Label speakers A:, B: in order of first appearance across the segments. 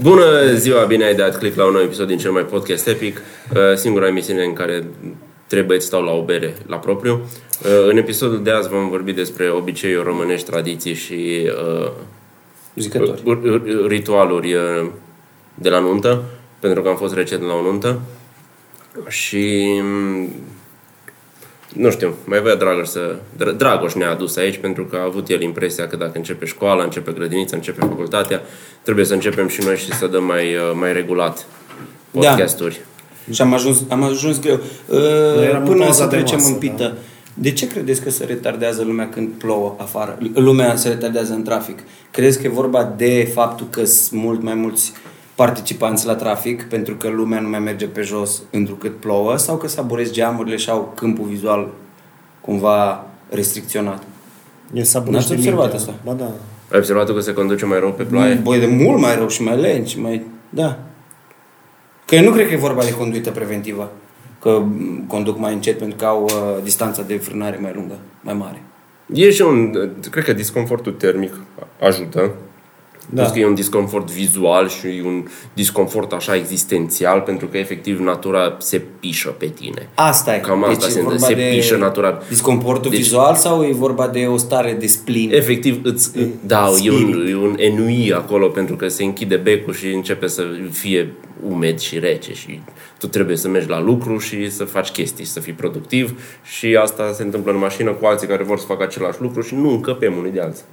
A: Bună ziua, bine ai dat click la un nou episod din cel mai podcast epic, uh, singura emisiune în care trei băieți stau la o bere la propriu. Uh, În episodul de azi vom vorbi despre obiceiuri românești, tradiții și uh,
B: Zicători.
A: ur- ur- ritualuri uh, de la nuntă, pentru că am fost recent la o nuntă și mm, nu știu, mai avea Dragoș să... Dra- Dragoș ne-a adus aici pentru că a avut el impresia că dacă începe școala, începe grădinița, începe facultatea, trebuie să începem și noi și să dăm mai, uh, mai regulat
B: Da.
A: podcasturi.
B: Și am ajuns, am ajuns greu.
C: eram
B: Uh,
C: în
B: până
C: pauza
B: să
C: de
B: trecem
C: masă, da.
B: în pită. De ce credeți că se retardează lumea când plouă afară? Lumea se retardează în trafic. Crezi că e vorba de faptul că sunt mult mai mulți participanți la trafic pentru că lumea nu mai merge pe jos întrucât plouă sau că saborez geamurile și au câmpul vizual cumva restricționat?
C: E saborește
B: N-ați observat
C: mintea.
B: asta?
C: Ba da.
A: Ai observat că se conduce mai rău pe ploaie?
B: Băi, de mult mai rău și mai lent și mai... Da. Că eu nu cred că e vorba de conduită preventivă. Că m, conduc mai încet pentru că au uh, distanța de frânare mai lungă, mai mare.
A: E și un... Cred că disconfortul termic ajută. Da.
C: Da.
A: Plus că e un disconfort vizual și un disconfort așa existențial, pentru că efectiv natura se pișă pe tine.
B: Asta e.
A: Cam asta se
B: e Deci vorba
A: întâmplă. Se pișă natura.
B: Disconfortul
A: Deci-
B: deci... vizual sau e vorba de o stare de splin?
A: Efectiv, îți, da, e un, e un enui acolo pentru că se închide becul și începe să fie umed și rece și tu trebuie să mergi la lucru și să faci chestii, să fii productiv și asta se întâmplă în mașină cu alții care vor să facă același lucru și nu încăpem unii de alții.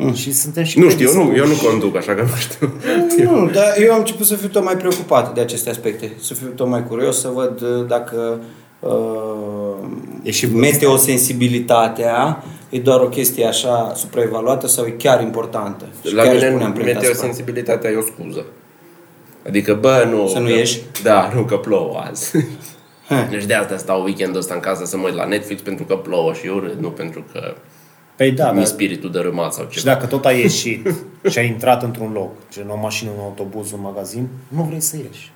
C: Mm. Și suntem și
A: Nu știu, eu nu, eu nu
C: predispuși.
A: conduc, așa că nu știu.
B: Nu, dar eu am început să fiu tot mai preocupat de aceste aspecte. Să fiu tot mai curios, să văd uh, dacă uh,
C: E și
B: meteosensibilitatea e doar o chestie așa supraevaluată sau e chiar importantă. Și
A: La
B: chiar
A: mine
B: puneam print asupra.
A: meteosensibilitatea e o scuză. Adică, bă, nu...
B: Să nu
A: că-
B: ieși?
A: Da, nu, că plouă azi.
B: Ha.
A: deci de asta stau weekendul ăsta în casă să mă uit la Netflix pentru că plouă și eu râd, nu pentru că
C: Păi da,
B: Mm.
A: mi
C: dar
A: spiritul dărâmat sau ceva.
C: și dacă tot ai ieșit și ai intrat într-un loc, gen o mașină, un autobuz, un magazin, nu vrei să ieși.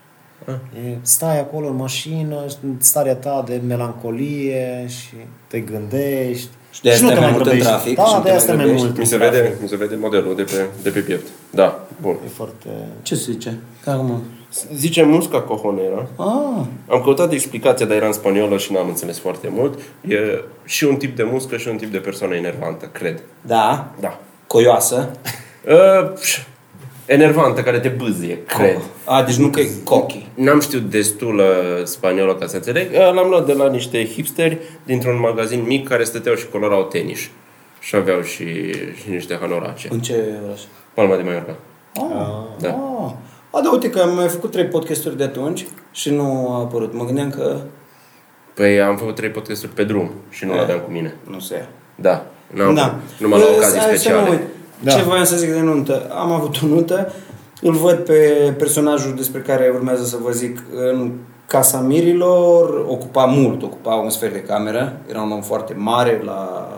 B: Ah.
C: E, stai acolo în mașină, în starea ta de melancolie și te gândești.
B: Și de-aia
C: nu te
B: stai mai mult în
C: grăbești.
B: trafic și
C: Da,
B: nu
C: de
B: te mai
C: asta mai
B: grăbești.
C: mult.
A: Mi se,
C: în trafic.
A: vede, mi se vede modelul de pe, de pe piept. Da, bun.
C: E foarte...
B: Ce se zice? Care mă?
A: Zice musca cojonera.
B: Ah,
A: Am căutat explicația, dar era în spaniolă și n-am înțeles foarte mult. E și un tip de muscă și un tip de persoană enervantă, cred.
B: da,
A: Da.
B: coioasă.
A: Uh, pș, enervantă, care te
B: Oh.
A: bâzie, cred.
B: A, deci nu că e cochi.
A: N-am știut destul uh, spaniolă ca să înțeleg. Uh, L-am luat de la niște hipsteri dintr-un magazin mic care stăteau și colorau tenis. Și aveau și, și niște hanorace.
B: În ce oraș?
A: Palma de Mallorca.
B: Ah,
A: Da.
B: ah. A, da, uite că am mai făcut trei podcasturi de atunci și nu a apărut. Mă gândeam că
A: Păi am făcut trei podcasturi pe drum și nu l-aveam cu mine.
B: nu se ia.
A: Da. N-am,
B: Eh. da.
A: Numai la
B: Eh,
A: ocazii
B: hai să mă uit.
A: speciale.
C: Da.
B: Ce voiam să zic de nuntă? Am avut o nuntă, îl văd pe personajul despre care urmează să vă zic în Casa Mirilor, ocupa mult, ocupa un sfert de cameră, era un om foarte mare la,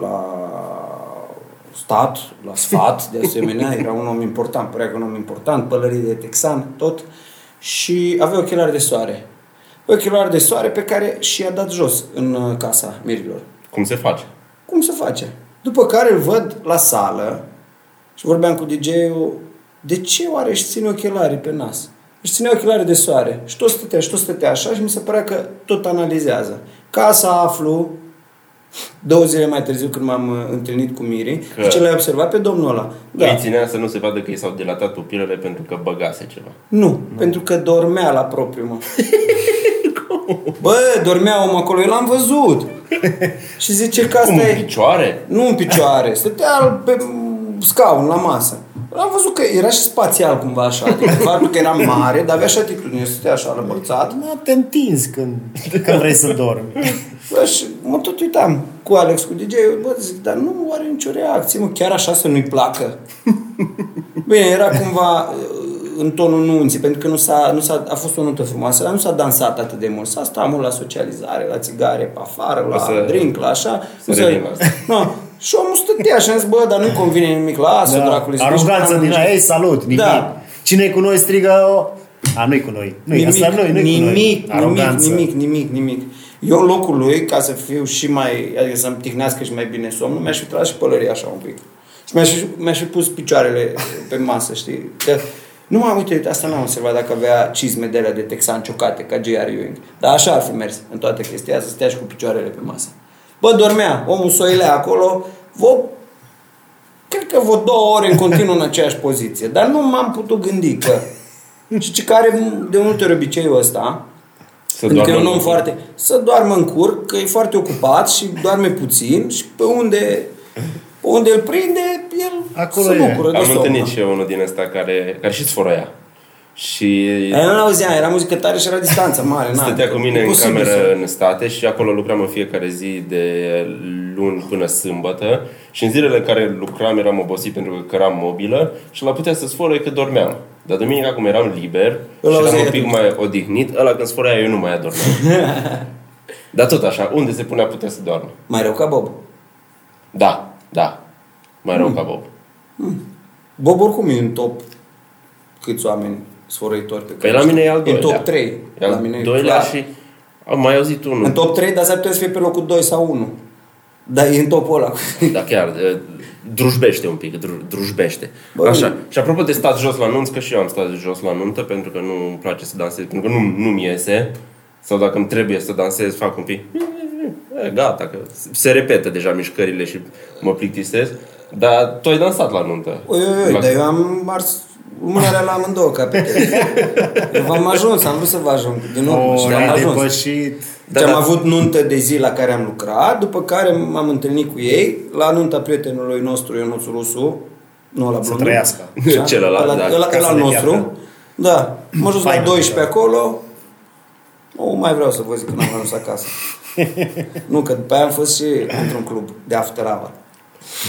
B: la stat, la sfat, de asemenea, era un om important, părea că un om important, pălării de texan, tot, și avea ochelari de soare. Ochelari de soare pe care și i-a dat jos în uh, Casa Mirilor.
A: Cum se face?
B: Cum se face? După care îl văd la sală și vorbeam cu DJ-ul, de ce oare își ține ochelarii pe nas? Își ține ochelarii de soare și tot stătea și tot stătea așa și mi se părea că tot analizează. Ca să aflu două zile mai târziu când m-am uh, întâlnit cu Miri
A: Că-
B: și ce l-ai observat pe domnul ăla.
A: Da. Îi ținea să nu se vadă că i s-au dilatat pupilele pentru că băgase ceva.
B: Nu, nu, pentru că dormea la propriu, mă. Bă, dormea omul acolo, eu l-am văzut. și zice că asta
A: Cum,
B: e...
A: în picioare?
B: Nu în picioare, stătea pe scaun, la masă. Am văzut că era și spațial cumva așa, adică faptul că era mare, dar avea și atitudine, stătea așa lăbărțat.
C: Da, te întinzi când, când vrei să dormi.
B: Bă, și mă tot uitam cu Alex, cu DJ, bă, zic, dar nu are nicio reacție, mă, chiar așa să nu-i placă. Bine, era cumva uh, în tonul nunții, pentru că nu s-a, nu s-a, a fost o nuntă frumoasă, dar nu s-a dansat atât de mult. S-a stat mult la socializare, la țigare, pe afară, la
A: să-
B: drink, la așa.
A: să
B: Nu s-a-
A: revenim la asta.
B: No. Și omul stătea și am zis, bă, dar nu-i convine nimic, lasă, da. dracului. să
C: Aroganță
B: duci.
C: din aia, ei salut, nimic.
B: Da.
C: Cine e cu noi strigă o... A, nu-i cu noi. Nu-i,
B: nimic,
C: asta nu-i, nu-i cu noi.
B: nimic, nimic,
C: Aroganță.
B: nimic, nimic, nimic. Eu în locul lui, ca să fiu și mai, adică să-mi tihnească și mai bine somnul, mi-aș fi tras și pălăria așa un pic. Și mi-aș, fi- mi-aș fi pus picioarele pe masă, știi? Că, nu m-am uitat, asta n-am observat dacă avea cizme de alea de texan ciocate, ca J.R. Ewing. Dar așa ar fi mers în toată chestia, să stea și cu picioarele pe masă. Bă, dormea, omul soilea acolo, vă cred că vreo două ore în continuu în aceeași poziție, dar nu m-am putut gândi că... Și ce care de multe ori obiceiul ăsta,
A: Să
B: pentru că e
A: doarmă
B: un
A: în
B: om
A: cur.
B: Adică foarte... Să doarmă în cur, că e foarte ocupat și doarme puțin și pe unde, pe unde îl prinde, el
C: Acolo
B: se
C: e.
B: bucură de
A: Am
B: somn.
A: întâlnit și eu unul din ăsta care, care și sforoia. Și
B: Aia nu auzeam, era muzică tare și era distanță mare. na.
A: stătea cu mine
B: Ah, E
A: în
B: posibil
A: cameră
B: să-
A: în state și acolo lucram în fiecare zi de luni până sâmbătă și în zilele în care lucram eram obosit pentru că căram mobilă și la putea să sfărăie că dormeam. Dar duminica cum eram liber
B: Îl
A: și eram
B: auzeai
A: un pic
B: atunci.
A: mai odihnit, ăla când sfărăia eu nu mai adormeam. Dar tot așa, unde se punea putea să doarmă.
B: Mai rău ca Bob.
A: Da, da, mai
B: Hmm.
A: rău ca Bob.
B: Bob oricum e în top câți oameni sfărăitori pe
A: Păi la mine e al doilea.
B: În top 3.
A: E al
B: la mine e
A: doilea
B: clar.
A: și am mai auzit unul.
B: În top 3, dar s-ar putea să fie pe locul 2 sau 1. Dar e în topul ăla.
A: Da, chiar, eh, drujbește un pic, dru- drujbește.
B: Bă,
A: Așa.
B: nu.
A: Și apropo de stat jos la nunți, că și eu am stat jos la nuntă, pentru că nu îmi place să dansez, pentru că nu, nu-mi iese. Sau dacă îmi trebuie să dansez, fac un pic. E, gata, că se repetă deja mișcările și mă plictisesc. Dar tu ai dansat la nuntă.
B: Oi, oi,
A: La-
B: oi, dar eu am ars mânarea la amândouă capete. Eu v-am ajuns, am vrut să vă ajung din urmă
C: O,
B: și
C: ne-a
B: am ajuns.
C: depășit.
B: Da, am avut nuntă de zi la care am lucrat, după care m-am întâlnit cu ei la nunta prietenului nostru, Ionuț Rusu, nu la blondul.
C: trăiască.
A: Celălalt,
B: ăla,
A: da,
B: ăla,
C: ca să
B: ăla
C: ne
B: nostru.
C: piardă.
B: Da, mă jos la
C: Faină
B: 12 acolo. Nu mai vreau să vă zic că n-am ajuns acasă. nu, că după aia am fost și într-un club de after hour.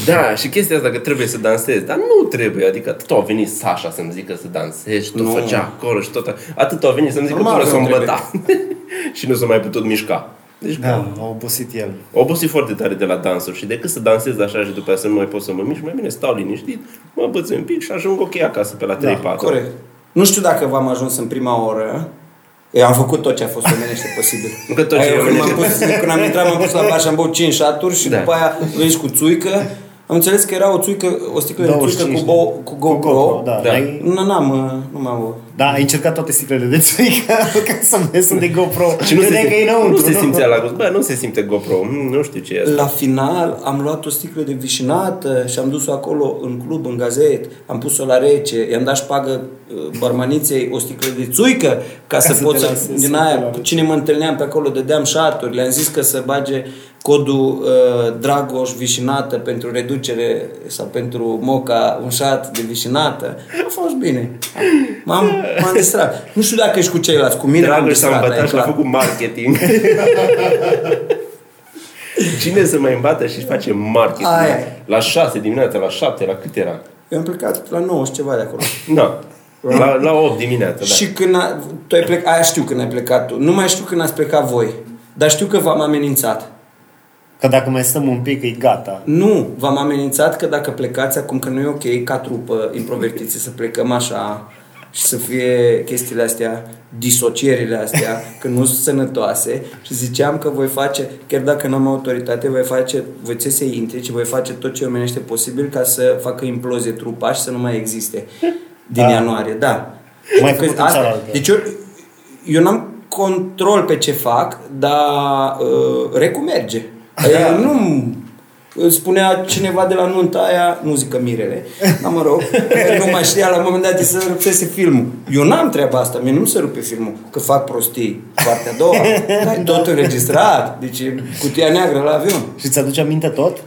A: Da, și chestia asta că trebuie să dansezi, dar nu trebuie, adică atât a venit Sasha să-mi zică să dansezi, tot
B: Nu.
A: făcea acolo și tot, atât a venit să-mi zică
B: Normal
A: până
B: că
A: să
B: nu
A: îmbăta și nu s-a mai putut mișca. Deci
C: Da, a obosit el.
A: obosit foarte tare de la dansuri și decât să dansez așa și după aia să nu mai pot să mă mișc, mai bine stau liniștit, mă băț un pic și ajung ok acasă pe la 3-4.
B: Corect. Nu știu dacă v-am ajuns în prima oră. Eu am făcut tot ce a fost omenește posibil.
A: Nu că tot ce
B: Aia,
A: e
B: când,
A: omenește.
B: am pus, când am intrat, m-am pus la bar și am băut 5 șaturi și
A: Da.
B: după aia veniți cu țuică. Am înțeles că era o țuică, o sticlă de țuică
C: 25
B: cu, bo, cu GoPro.
C: da.
A: Da.
C: Ai-
B: Nu, n-am, uh, nu m-am avut.
C: Da, ai încercat toate sticlele de țuică ca să vezi unde e GoPro.
A: Și nu se,
C: Credeai că e
A: simte,
C: înăuntru,
A: nu se simțea la gust, bă, nu se simte GoPro, mm, nu știu ce e asta.
B: La final am luat o sticlă de vișinată și am dus-o acolo în club, în gazet, am pus-o la rece, i-am dat șpagă uh, barmaniței o sticlă de țuică ca, să
C: să
B: pot
C: te
B: să...
C: lansezi
B: Din
C: să te
B: aia,
C: lansezi.
B: cine mă întâlneam pe acolo, dădeam șaturi, le-am zis că să bage codul uh, Dragoș vișinată pentru reducere sau pentru moca un șat de vișinată. A fost bine. M-am, m-am distrat. Nu știu dacă ești cu ceilalți, cu mine m-am
A: Dragoș s-a
B: distrat. aia e
A: îmbătat și a
B: clar.
A: făcut marketing. Cine să mai îmbată și își face marketing?
B: Aia.
A: La 6 dimineața, la 7, la cât era?
B: Eu am plecat la 9 și ceva de acolo.
A: Na. La, la 8 dimineața, da.
B: Da. Și când a, tu ai plecat, aia știu când ai plecat tu. Nu mai știu când ați plecat voi. Dar știu că v-am amenințat.
C: Că dacă mai stăm un pic, e gata.
B: Nu, v-am amenințat că dacă plecați acum, că nu e ok ca trupă introvertiție să plecăm așa și să fie chestiile astea, disocierile astea, că nu sunt sănătoase și ziceam că voi face, chiar dacă nu am autoritate, voi face, voi ți se intre și voi face tot ce omenește posibil ca să facă implozie trupa și să nu mai existe din
C: Da.
B: ianuarie, da.
C: Mai
B: Că
C: făcut în
B: asta-
C: cealaltă.
B: Deci eu, eu n-am control pe ce fac, dar uh, recu merge.
A: Da.
B: Adică nu îmi spunea cineva de la nunta aia, nu zic că Mirele, dar mă rog, nu mai știa la un moment dat de să rupsese filmul. Eu n-am treaba asta, mie nu se rupe filmul, că fac prostii. Partea a doua, dar e
A: Da.
B: tot înregistrat, deci e cutia neagră la avion.
C: Și ți-aduce aminte tot?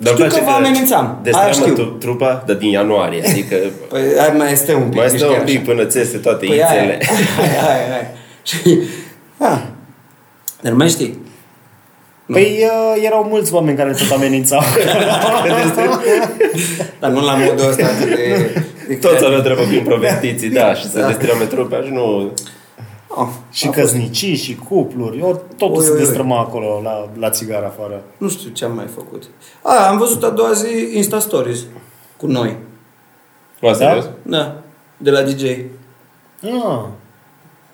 A: Dar
B: știu
A: îmi place
B: că vă
A: de-
B: amenințam.
A: De
B: Aia
A: stramă
B: știu.
A: tu- trupa, dar din ianuarie. Adică
B: Păi hai, mai este un pic.
A: mai
B: mișcă
A: stă un
B: așa.
A: pic până ți iese toate
B: Păi aia,
A: ițele.
B: aia, aia, aia. Și,
A: Ah.
B: a, dar nu mai știi.
C: Păi uh, erau mulți oameni care tot amenințau.
B: Dar nu la modul ăsta atât de... de
A: Toți
B: creativ.
A: aveau treabă cu introvertiții, da, și să
B: Da.
A: da. destrame trupa și nu...
B: Oh,
C: și căsnicii, și cupluri. Ori totul
B: Ui,
C: se
B: ui, ui.
C: destrăma acolo la, la țigară afară.
B: nu știu ce am mai făcut. A, am văzut a doua zi Insta Stories cu noi.
A: Nu,
C: Da?
A: serios?
B: Da, de la DJ.
C: Ah.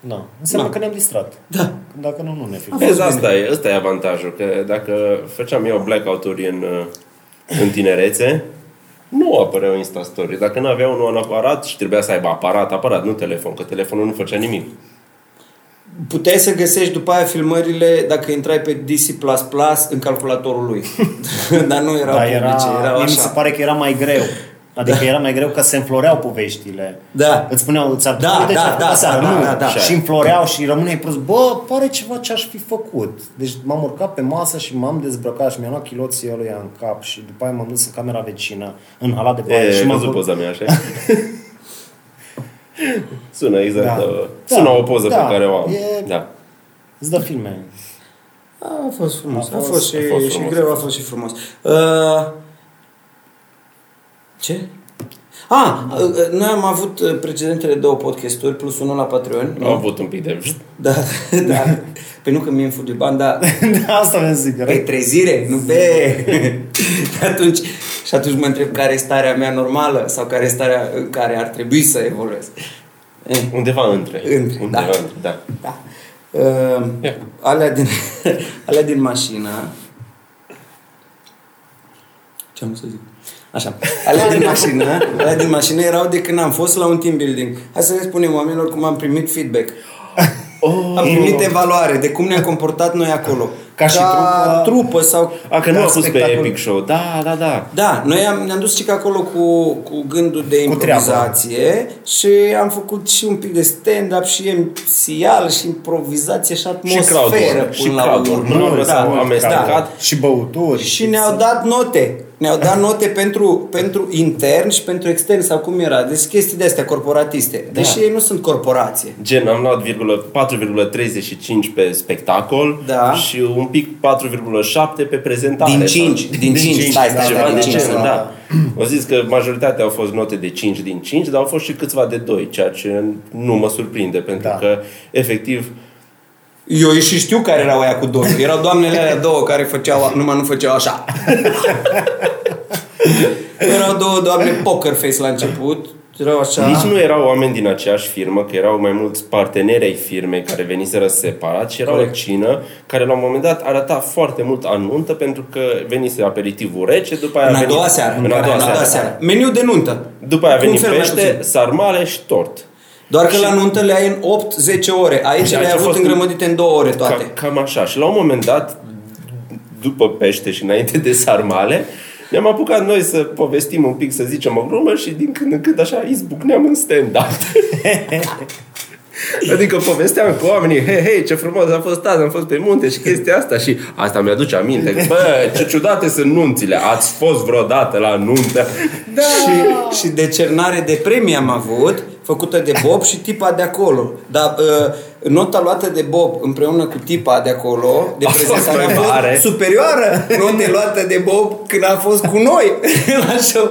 C: Da. Înseamnă
B: Da.
C: că ne-am distrat.
B: Da.
C: Dacă nu, nu ne fi.
A: Vezi, asta e, asta e avantajul, că dacă făceam eu blackout-uri în, uh, în tinerețe, nu apăreau Insta Story. Dacă nu avea unul un aparat și trebuia să aibă aparat, aparat, nu telefon, că telefonul nu făcea nimic.
B: Puteai să găsești după aia filmările dacă intrai pe DC++ în calculatorul lui. Dar nu erau
C: Dar
B: publice,
C: Da, era,
B: erau
C: mie mi
B: așa.
C: se pare că era mai greu. Adică era mai greu că se înfloreau poveștile.
B: Da.
C: Îți spuneau, ți-ar
B: Da,
C: uite
B: da,
C: ce-ar
B: da,
C: făcut aseară,
B: da,
C: nu.
B: da, da.
C: Și înfloreau și rămâneai prost. Bă, pare ceva ce aș fi făcut. Deci m-am urcat pe masă și m-am dezbrăcat și mi-am luat chiloții ăluia în cap și după aia m-am dus în camera vecină, în hala de baie
A: E,
C: și
A: și
C: m-am
A: văzut
C: făcut-
A: poza mea așa. Sună exact.
C: Da.
A: Da.
C: Da.
A: Sună o poză
C: Da.
A: pe care o am.
C: E-
A: Da.
C: Îți dă filme.
B: A fost frumos. A
C: A fost-
B: fost și,
A: a fost
B: și
A: frumos.
B: greu, a fost și frumos. Uh, ce? Ah, uh, noi am avut uh, precedentele două podcasturi, plus unul la Patreon.
A: Am avut un pic de...
B: Da, da. Păi nu că mi-e în fug de bani, dar
C: da, asta mi-am zis.
B: pe
C: Că
B: trezire, nu pe... și, atunci, și atunci mă întreb care e starea mea normală sau care e starea în care ar trebui să evoluez. Eh,
A: Undeva între.
B: Între,
A: Undeva
B: da.
A: între, da.
B: Da. Uh,
A: Ia.
B: alea, din, alea din mașină... Ce am să zic? Așa. Alea din mașină, alea din mașină erau de când am fost la un team building. Hai să le spunem oamenilor cum am primit feedback.
A: Oh,
B: Am primit evaluare de cum ne-am comportat noi acolo.
C: Ca și trupa.
B: trupă sau...
A: a, că nu
C: da,
B: ca
A: a fost pe
B: spectacol.
A: Epic Show. Da, da, da.
B: Da, noi am, ne-am dus și acolo cu, cu gândul de
C: Cu treabă.
B: improvizație și am făcut și un pic de stand-up și mc și improvizație și
A: Și
B: atmosferă
A: crowdwork.
B: până
A: Și
B: la
A: crowdwork.
B: urmă.
A: Nu am
B: da,
A: lăsat amestecat.
C: Și băuturi.
B: Și ne-au dat note. Ne-au dat note pentru, pentru intern și pentru extern sau cum era. Deci chestii de astea corporatiste.
C: Da.
B: Deși ei nu sunt corporație.
A: Gen, am luat virgulă- 4,35 pe spectacol
B: Da.
A: și un pic 4,7 pe prezentare.
B: Din
A: Sau-
B: cinci, din cinci, stai, stai,
A: ceva
B: stai,
A: de
B: din cinci,
A: genul,
B: da.
A: da. O zis că majoritatea au fost note de 5 din 5, dar au fost și câțiva de 2, ceea ce nu mă surprinde, pentru
C: Da.
A: că, efectiv,
B: Eu și știu care erau aia cu două. Erau doamnele alea două care făceau, numai nu făceau așa. erau două doamne poker face la început. Erau așa.
A: Nici nu erau oameni din aceeași firmă, că erau mai mulți parteneri ai firmei care veniseră separat și era
B: Corect.
A: o cină care la un moment dat arăta foarte mult anuntă pentru că venise aperitivul rece, după aia
B: în
A: a
B: a
A: venit,
B: doua seară.
A: în a doua seară.
B: seară. Meniu de nuntă.
A: După aia a
B: Cu
A: venit
B: un fel mai
A: pește,
B: puțin.
A: sarmale și tort.
B: Doar că la nuntă le ai în 8-10 ore. Aici
A: Și
B: le-ai
A: aici a
B: avut
A: fost-
B: îngrămădite în 2 ore toate.
A: Ca, cam așa. Și la un moment dat, după pește și înainte de sarmale, ne-am apucat noi să povestim un pic, să zicem o glumă și din când în când așa izbucneam în stand-up. Adică povesteam cu oamenii, hei, hei, ce frumos a fost azi, am fost pe munte și chestia asta și asta mi-aduce aminte. că, Bă, ce ciudate sunt nunțile, ați fost vreodată la nuntă?
B: Da. Și, și decernare de premii am avut, făcută de Bob și tipa de acolo. Dar uh, nota luată de Bob împreună cu tipa de acolo, de
A: A fost
B: prezentare,
A: mai
B: a fost
A: mare.
B: superioară note luată de Bob când a fost cu noi la show.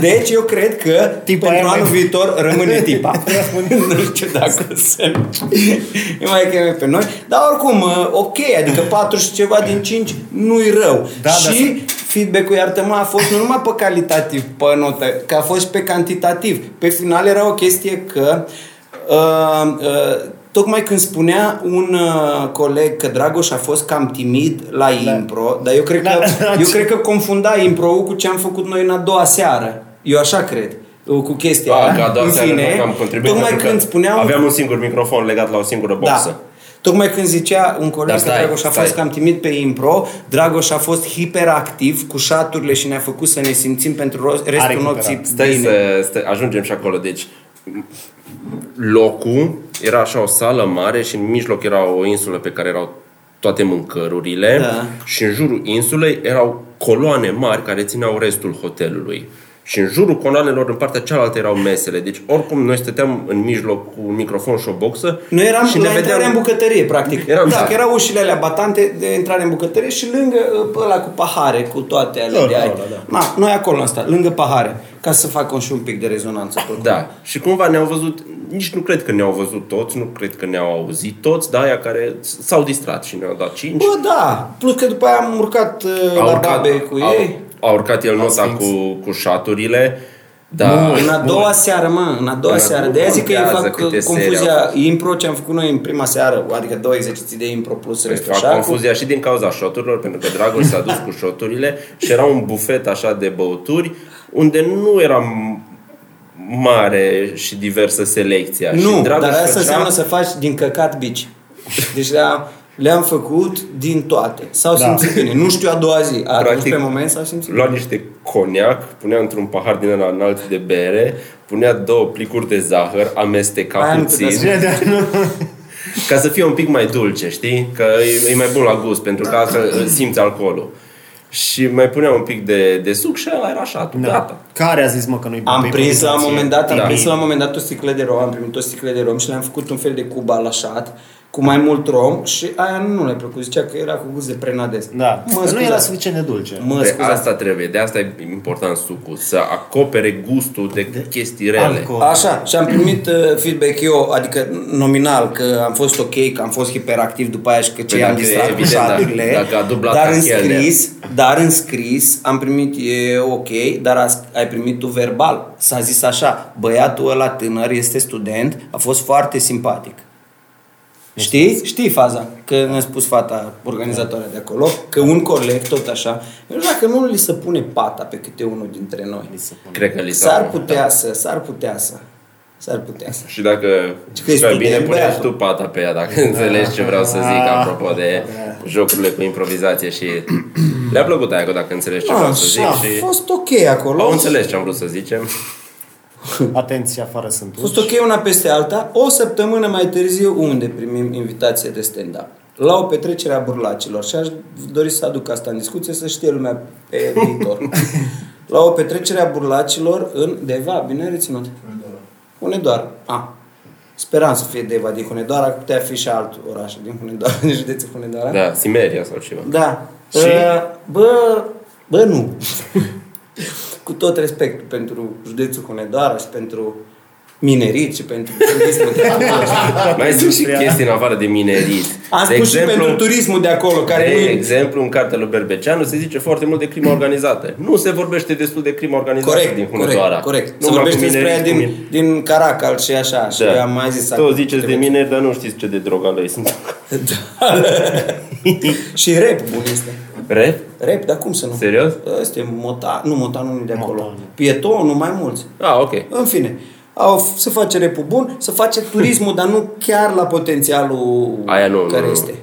B: Deci eu cred că
C: Tipa
B: tipa pentru
C: aia
B: anul
C: mai-
B: viitor rămâne tipa. nu știu dacă se E mai cheme pe noi. Dar oricum, uh, ok, adică 4 și ceva din 5 nu-i rău.
C: Da,
B: și
C: dar
B: feedback-ul iartă-mă a fost nu numai pe calitativ, pe notă, că a fost și pe cantitativ. Pe final era o chestie că uh, uh, tocmai când spunea un uh, coleg că Dragoș a fost cam timid la impro, dar eu cred că,
C: Da, da,
B: eu
C: ce-
B: cred că confunda impro cu ce am făcut noi în a doua seară. Eu așa cred. uh, Cu chestia
A: Da,
B: aia.
A: că a doua
B: în
A: seară
B: fine,
A: nu am contribuit
B: tocmai
A: pentru că
B: când spunea un
A: aveam un singur microfon legat la o singură boxă.
B: da. Tocmai când zicea un coleg
A: Dar
B: că
A: stai,
B: Dragoș a
A: stai.
B: fost cam timid pe impro, Dragoș a fost hiperactiv cu șaturile și ne-a făcut să ne simțim pentru ro-
C: A
B: restul
C: recuperat.
B: nopții
A: Stai
B: bine.
A: să stai, ajungem și acolo. Deci, locul era așa o sală mare și în mijloc era o insulă pe care erau toate mâncărurile
B: Da.
A: și în jurul insulei erau coloane mari care țineau restul hotelului. Și în jurul coloanelor, în partea cealaltă, erau mesele. Deci, oricum, noi stăteam în mijloc cu un microfon și o boxă.
B: Noi eram
A: și
B: și la intrare în bucătărie, practic.
A: Eram-
B: da,
A: da.
B: că erau ușile alea batante de intrare în bucătărie și lângă ă, pe ăla cu pahare, cu toate alea
C: Da,
B: de
C: da,
B: aia.
C: da, da.
B: Na, noi acolo am stat, lângă pahare, ca să facă și un pic de rezonanță. pe acolo.
A: Da. Și cumva ne-au văzut, nici nu cred că ne-au văzut toți, nu cred că ne-au auzit toți, dar aia care s- s-au distrat și ne-au dat 5.
B: Bă, da, plus că după aia am urcat ă, la babe cu ei.
A: A, a urcat el nota
C: stins.
A: cu, cu șaturile, dar
B: În a doua seară, mă, în a doua
A: Ah, În a-
B: seară.
A: nu
B: De aia zic că eu
A: contează
B: fac
A: câte serii au
B: confuzia impro ce am făcut noi în prima seară, adică două exerciții de impro plus restul
A: Păi fac
B: așa. cu-
A: confuzia și din cauza șoturilor, pentru că Dragoș s-a dus cu șoturile și era un bufet așa de băuturi unde nu era m- mare și diversă selecția.
B: Nu,
A: și
B: dar
A: Dragoș
B: asta
A: făcea-
B: înseamnă să faci din căcat bici. Deci da, le-am făcut din toate. S-au da.
C: Da.
B: simțit bine. Nu știu a doua zi. A, Practic,
A: Practic,
B: pe moment s-au simțit
A: lua niște coniac, punea într-un pahar din ăla înalt de bere, punea două plicuri de zahăr, amesteca
B: Aia nu
A: puțin,
B: putea să-
C: Da, nu.
A: ca să fie un pic mai dulce, știi? Că e, e mai bun la gust, pentru că altfel uh, simți alcoolul. Și mai punea un pic de, de suc și ăla era așa,
C: Da.
A: gata.
C: Care a zis, mă, că nu-i bun?
B: Am
C: Păi,
B: prins la un
C: ție.
B: moment dat, am
A: Da.
B: prins la un moment dat o sticlă de rom, am primit o sticlă de rom și le-am făcut un fel de cuba la șat cu mai mult rom și aia nu le-a plăcut, zicea că era cu gust de prenades.
C: Da,
B: mă,
C: că nu
B: scuzați.
C: era suficient de dulce.
B: Mă
A: De
B: scuzați.
A: asta trebuie, de asta e important sucul, să acopere gustul de, chestii rele.
C: Alcool.
B: Așa, și am primit uh, feedback eu, adică nominal, că am fost ok, că am fost hiperactiv după aia și că
A: Păi
B: ce am
A: dacă e
B: distrat cu
A: evident, dacă-
B: șaturile,
A: dacă a dublat
B: dar
A: ca
B: în
A: Kellner.
B: scris, dar în scris am primit, e ok, dar as- ai primit tu verbal. S-a zis așa, băiatul ăla tânăr este student, a fost foarte simpatic. Știi? Știi faza. Că ne-a spus fata organizatoarea de acolo, că un coleg, tot așa, eu știu dacă nu li se pune pata pe câte unul dintre noi.
A: Cred că li s-a-
B: S-ar putea să, s-ar putea să. S-ar putea să.
A: Și dacă
B: Și că
A: mai bine
B: e student,
A: puneai și
B: băiatul.
A: tu pata pe ea, dacă înțelegi ce vreau să zic apropo de jocurile cu improvizație și le-a plăcut aia că dacă înțelegi ce vreau să zic
B: Ah, Așa, a
A: și
B: fost ok acolo.
A: au înțeles ce am vrut să zicem.
C: Atenție, afară sunt
B: A fost
C: uși.
B: ok una peste alta. O săptămână mai târziu, unde primim invitație de stand-up? La o petrecere a burlacilor și aș dori să aduc asta în discuție, să știe lumea pe viitor. la o petrecere a burlacilor în Deva, bine reținut. Hunedoara. A. Speram să fie Deva din Hunedoara, că putea fi și alt oraș din Hunedoara, din județul Hunedoara.
A: Da, Simeria sau ceva.
B: Da.
C: Și?
B: Uh, Bă, bă, nu. Cu tot respectul pentru județul Hunedoara și pentru minerit și pentru turismul de acolo.
A: Mai sunt și chestii în afară de minerit.
B: Am
A: de
B: spus și pentru turismul de acolo, care
A: de
B: nu
A: exemplu, în cartea lui Berbeceanu se zice foarte mult de crimă organizată. Nu se vorbește destul de crimă organizată din
B: Corect,
A: Hunedoara.
B: corect, corect. Se
A: Numai cu
B: vorbește despre
A: minerit,
B: ea
A: cu min-
B: din, din Caracal și așa, și am mai zis
A: Tot ziceți de mineri, dar nu știți ce de drog alei sunt.
B: Da. și rap bun este.
A: Rep?
B: Rap, dar cum să nu?
A: Serios?
B: Ăsta e mota, nu motanul e de acolo.
C: Motanul.
B: Pietonul, mai mulți.
A: Ah, ok.
B: În fine, au, se face repul bun, se face turismul, dar nu chiar la potențialul
A: Aia nu,
B: care
A: nu,
B: este.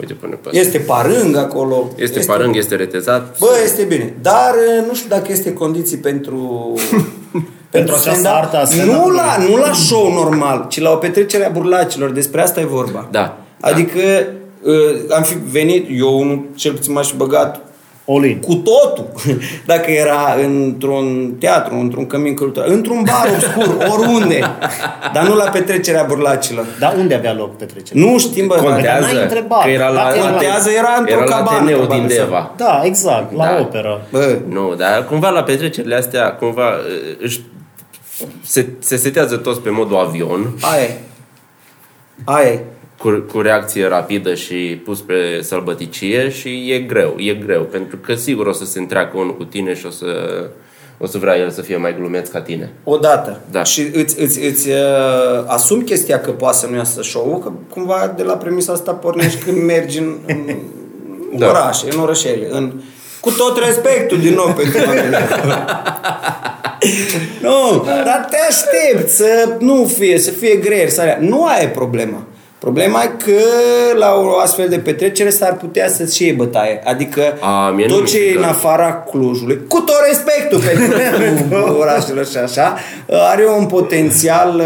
A: Uite până pe
B: Este parâng acolo.
A: Este, este parâng, este retezat.
B: Bă, este bine. Dar eh, nu știu dacă este condiții pentru...
C: Pentru această
B: stand-up.
C: artă a
B: Nu
C: stand-up-ului.
B: la, nu la show normal, ci la o petrecere a burlacilor. Despre asta e vorba.
A: Da.
B: Adică eh, am fi venit, eu unul cel puțin m-aș fi băgat
C: Olin.
B: cu totul. Dacă era într-un teatru, într-un cămin cultural, într-un bar obscur, oriunde. Dar nu la petrecerea burlacilor.
C: Dar unde avea loc petrecerea?
B: Nu știm, bă.
C: Contează.
B: dar-
C: n-ai întrebat.
A: Că era la,
C: Dacă era la-
B: Contează, era într-o
A: era la
B: cabană,
A: Ateneu din
B: probabil, sau-
A: Deva.
C: Da, exact, la
A: Da.
C: operă.
B: Bă,
A: Nu, dar cumva la petrecerile astea, cumva uh, își se, se setează toți pe modul avion,
B: aia e. Aia e.
A: cu, cu reacție rapidă și pus pe sălbăticie și e greu, e greu, pentru că sigur o să se întreacă unul cu tine și o să, o să vrea el să fie mai glumeț ca tine.
B: Odată.
A: Da.
B: Și îți, îți, îți uh, asumi chestia că poate să nu iasă show că cumva de la premisa asta pornești când mergi în, în da.
A: Da.
B: orașe, în orășele, în... Cu tot respectul din nou pentru oameni. nu, dar te aștept să nu fie, să fie greier, să alea. Nu aia e problema. Problema e că la o astfel de petrecere s-ar putea să și iei bătaie. Adică
A: A, mie nu
B: tot
A: mi
B: ce
A: se
B: e în
A: dă.
B: afara Clujului, cu tot respectul pentru orașelor și așa, are un potențial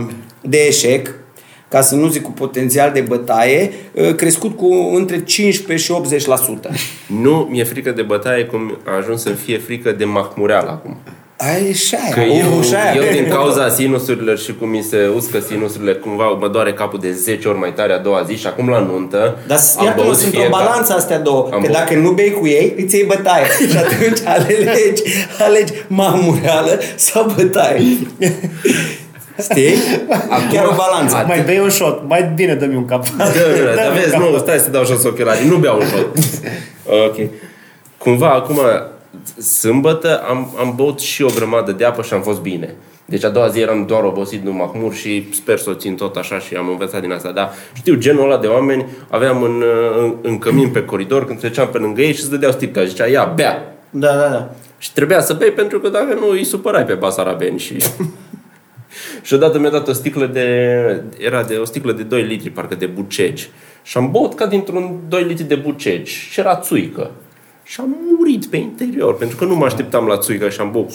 B: uh, de eșec, ca să nu zic cu potențial de bătaie, uh, crescut cu între 15 și 80%.
A: Nu mi-e frică de bătaie cum a ajuns să fie frică de mahmureală acum.
B: Aia e și aia.
A: Că
B: O,
A: eu,
B: și Uh, aia.
A: eu din cauza sinusurilor și cum mi se uscă sinusurile, cumva mă doare capul de 10 ori mai tare a doua zi și acum la nuntă
B: Dar
A: am
B: iată mă,
A: băut
B: sunt o
A: fiecare-
B: balanță astea două. Că
A: băut.
B: dacă nu bei cu ei, îți iei bătaie. Și atunci alegi, alegi mamureală sau bătaie. Știi? Chiar o balanță.
C: Mai bei un shot, mai bine dă-mi un cap.
A: Da, da, da,
C: Dă-mi un
A: vezi,
C: cap.
A: nu, stai să dau jos ochelarii, nu beau un shot. ok. Cumva acum, sâmbătă, am, am băut și o grămadă de apă și am fost bine. Deci a doua zi eram doar obosit din mahmur și sper să o țin tot așa și am învățat din asta. Dar știu, genul ăla de oameni aveam în, în, în cămin pe coridor când treceam pe lângă ei și îți dădeau sticla. Zicea, ia, bea.
B: Da, da, da.
A: Și trebuia să bei pentru că dacă nu îi supărai pe basarabeni și... și odată mi-a dat o sticlă de... Era de o sticlă de 2 litri, parcă de buceci. Și am băut ca dintr-un 2 litri de buceci. Și era țuică. Și am murit pe interior, pentru că nu mă așteptam la țuică și am băut.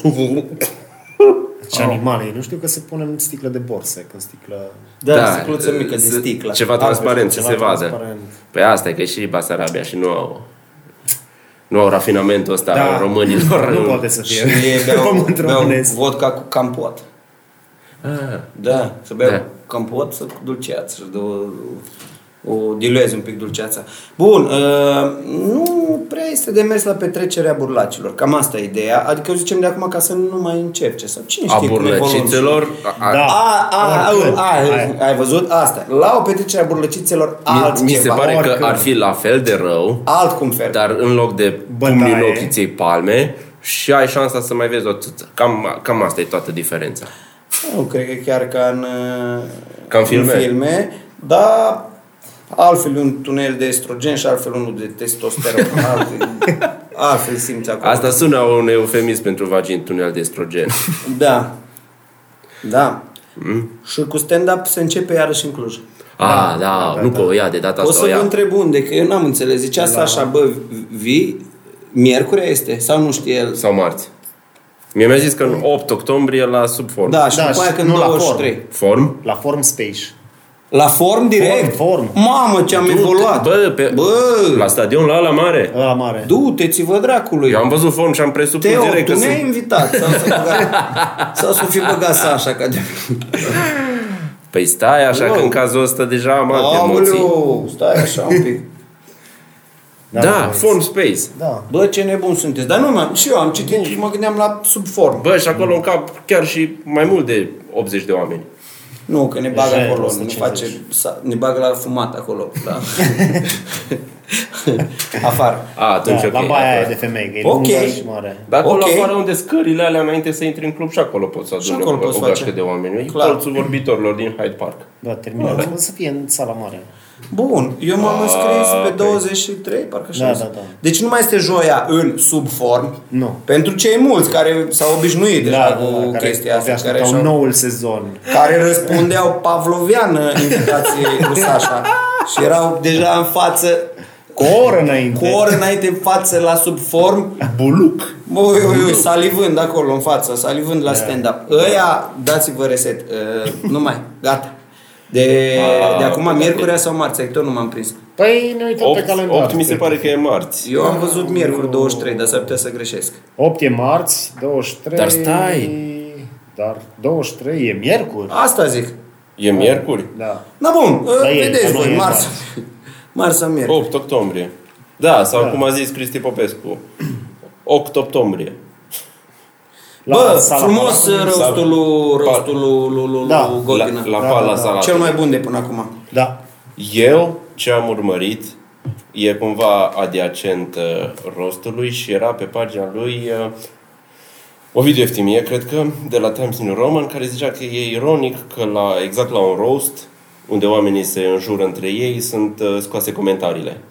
C: Și animale, nu știu că se pune în sticlă de borsec, în sticlă...
B: Da, da sticluță mică de sticlă.
A: Ceva
B: Altfel,
A: transparent, ce
C: ceva
A: se vadă.
C: transparent.
A: Păi asta e că și Basarabia și nu au... Nu au rafinamentul ăsta
C: Da.
A: al românilor.
C: Nu poate să
B: Și
C: fie
B: ei beau,
C: pământ
B: beau
C: românesc.
B: vodka cu campot.
A: Ah,
B: Da, să beau
A: Da.
B: campot, să cu dulceață, să dau o diluez un pic dulceața. Bun, uh, nu prea este de mers la petrecerea burlacilor. Cam asta e ideea. Adică eu zicem de acum ca să nu mai încerce. Sau cine
A: a
B: știe cum e volumul.
A: burlăcițelor... a- a-
C: Da.
B: A, a, a,
C: Oricând.
B: a,
C: Hai.
B: ai văzut? Asta. e. La o petrecere a burlăcițelor altceva.
A: Mi, mi se pare
C: oricând.
A: că ar fi la fel de rău,
B: Alt cum fel.
A: dar în loc de
C: Bătaie.
A: pumni în ochi, ți palme și ai șansa să mai vezi o țâță. Cam, cam asta e toată diferența.
B: Nu, cred că chiar ca în, uh,
A: Ca în filme?
B: filme, dar altfel un tunel de estrogen și altfel unul de testosteron. altfel, altfel simți acolo.
A: Asta sună un eufemism pentru vagin tunel de estrogen. Ah,
B: Da. Da. Mm. Și cu stand-up se începe iarăși în Cluj.
A: A, da, nu că o ia de data asta
B: o
A: o
B: să vă
A: ia.
B: întreb unde, că eu n-am înțeles. Zicea la... Sasha, bă, vii, miercurea este sau nu știe el?
A: Sau marți. Mie mi-a zis că în 8 octombrie la subform.
B: Păi. Da, și
C: Da,
B: da, după
C: și
B: aia când
C: nu la
B: 23.
A: Form?
C: La Form Space.
B: La form direct?
C: Form, form.
B: Mamă, ce am evoluat!
A: Bă, pe,
B: Bă!
A: la stadion la ala mare.
C: Ăla mare.
B: Du-te, ți-vă dracului!
A: Eu am văzut form și am presupus
B: Teo,
A: direct
B: tu
A: că
B: ne-ai
A: sunt...
B: invitat sau să, băga, sau să fi băgat Sasha ca de...
A: Păi stai așa
B: Wow.
A: că în cazul ăsta deja am alte emoții.
B: Aoleu, stai așa un pic.
A: Da,
C: băieți.
A: form space.
C: Da.
B: Bă, ce nebun sunteți. Dar nu, m-am- și eu am citit și mă gândeam la subform.
A: Bă, și acolo în cap chiar și mai mult de 80 de oameni.
B: Nu, că ne bagă
C: Deja e
B: acolo, ne
C: 150.
B: face, sa- ne bagă la fumat acolo. La... Afară.
A: A, atunci
C: da,
A: ok.
C: la baia aia
A: acolo.
C: de femei, că e
B: Ok.
C: lungă și mare.
A: Dar acolo
B: Ok.
A: afară unde scările alea înainte să intri în club și acolo poți să
B: Și
A: aduni
B: acolo
A: o,
B: poți
A: o
B: face.
A: gașcă de oameni. E
B: Clar.
A: colțul vorbitorilor din Hyde Park.
C: Da, terminat. O să fie în sala mare.
B: Bun, eu m-am
A: Ah,
B: înscris pe
A: ok.
B: 23, parcă așa.
C: Da,
B: am zis.
C: da, da.
B: Deci nu mai este joia în subform.
C: Nu. Da,
B: Pentru cei mulți care s-au obișnuit deja cu
C: care
B: chestia asta,
C: abia
B: care,
C: așteptau
B: și-au-
C: noul sezon.
B: care răspundeau pavloviană invitației
C: Da.
B: lui Sasha și erau deja în față
C: Cu o oră înainte.
B: cu o oră înainte în față la subform
C: Buluc.
B: Ui, ui, ui, salivând acolo în față, salivând
C: Da.
B: la stand-up. Ăia, dați-vă reset. Uh, nu mai, gata. De,
A: Ah,
B: de acum,
A: ok.
B: miercurea sau marți, tot nu m-am prins.
C: Păi ne uităm pe
A: 8,
C: calendar.
A: 8 mi se pare că e marți.
B: Eu am văzut miercuri 23, dar s-ar putea să greșesc.
C: 8 e marți, 23...
A: Dar stai.
C: Dar 23 e miercuri.
B: Asta zic.
A: E miercuri?
C: Da.
B: Na bun, uh,
C: Da, e,
B: vedeți
C: da, nu,
B: voi,
C: e
B: marți. Marți sau miercuri.
A: 8 octombrie. Da, sau cum a zis Cristi Popescu. 8 octombrie.
C: La
B: Bă,
C: sala
B: frumos
A: uh,
B: uh,
C: Palatului.
B: rostul lui,
A: Pal-
B: rostul lui, lui, lui,
C: Da,
B: lui
A: La,
B: Godina.
A: la
C: Da,
A: pala
C: da, da.
A: salată.
B: Cel mai bun de până acum.
C: Da.
A: Eu, ce am urmărit, e cumva adiacent uh, rostului și era pe pagina lui uh, Ovidiu Eftimie, cred că, de la Times New Roman, care zicea că e ironic că la, exact la un roast, unde oamenii se înjură între ei, sunt uh, scoase comentariile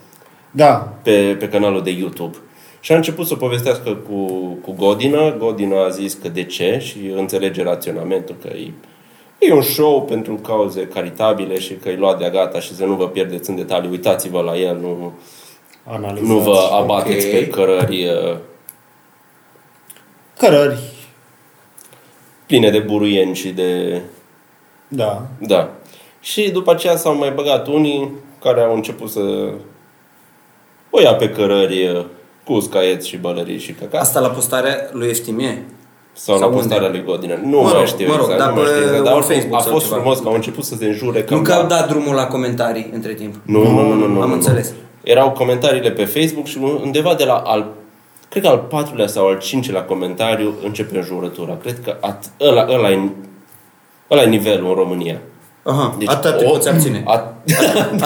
C: Da.
A: pe, pe canalul de YouTube. Și a început să povestească cu, cu Godina. Godina a zis că de ce și înțelege raționamentul că e, e un show pentru cauze caritabile și că e luat de gata și să nu vă pierdeți în detalii. Uitați-vă la el, nu,
C: Analizați.
A: nu vă abateți
B: ok.
A: okay. pe cărări uh,
C: Cărări.
A: pline de buruieni și de
C: Da.
A: Da. Și după aceea s-au mai băgat unii care au început să o ia pe cărări cu scaieți și bălării și căcat.
B: Asta la postarea lui Eftimie.
A: Sau,
B: sau
A: la
B: unde?
A: postarea lui Godină. Nu
B: Mă
A: mă,
B: rog,
A: mai știu
B: mă rog,
A: exact.
B: dar
A: nu mai
B: pe
A: știu exact. Dar oricum,
B: Facebook
A: a
B: sau
A: fost
B: ceva.
A: frumos că au început să se înjure.
B: Nu că au
A: da.
B: dat drumul la comentarii între timp.
A: Nu, nu, nu, nu, nu,
B: Am
A: nu.
B: înțeles.
A: Erau comentariile pe Facebook și undeva de la al cred că al patrulea sau al cincilea comentariu începe înjurătura. Cred că at, ăla, ăla, e, ăla e nivelul în România.
B: Aha, deci,
A: Deci
B: atât te
A: o-
B: poți abține.
A: A,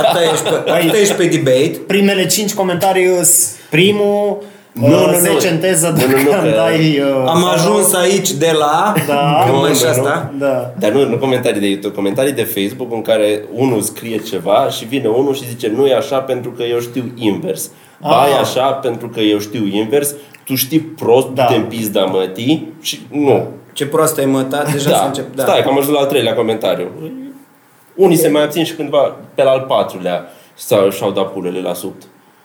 B: Atâta ești pe, atâta ești pe debate.
C: Primele 5 comentarii îs primul,
A: Nu,
C: uh,
A: nu, nu.
C: 10 în teză,
A: Nu, nu, nu,
C: dacă îmi
A: că-
C: dai... uh,
B: Am ajuns aici de la...
C: Da.
B: Că
A: Nu,
B: mai și
A: nu,
B: asta.
C: Da.
A: Dar nu, nu comentarii de YouTube, comentarii de Facebook în care unul scrie ceva și vine unul și zice nu e așa pentru că eu știu invers. Ba
C: Ah.
A: e așa pentru că eu știu invers, tu tu știi prost,
C: Da.
A: da. te pizda mătii și nu.
B: Ce proastă ai mătat, deja
A: da.
B: să încep. Da.
A: Stai, că am ajuns la al treilea comentariu. Unii se mai abțin și cândva pe la al patrulea sau și-au dat pulele la subt.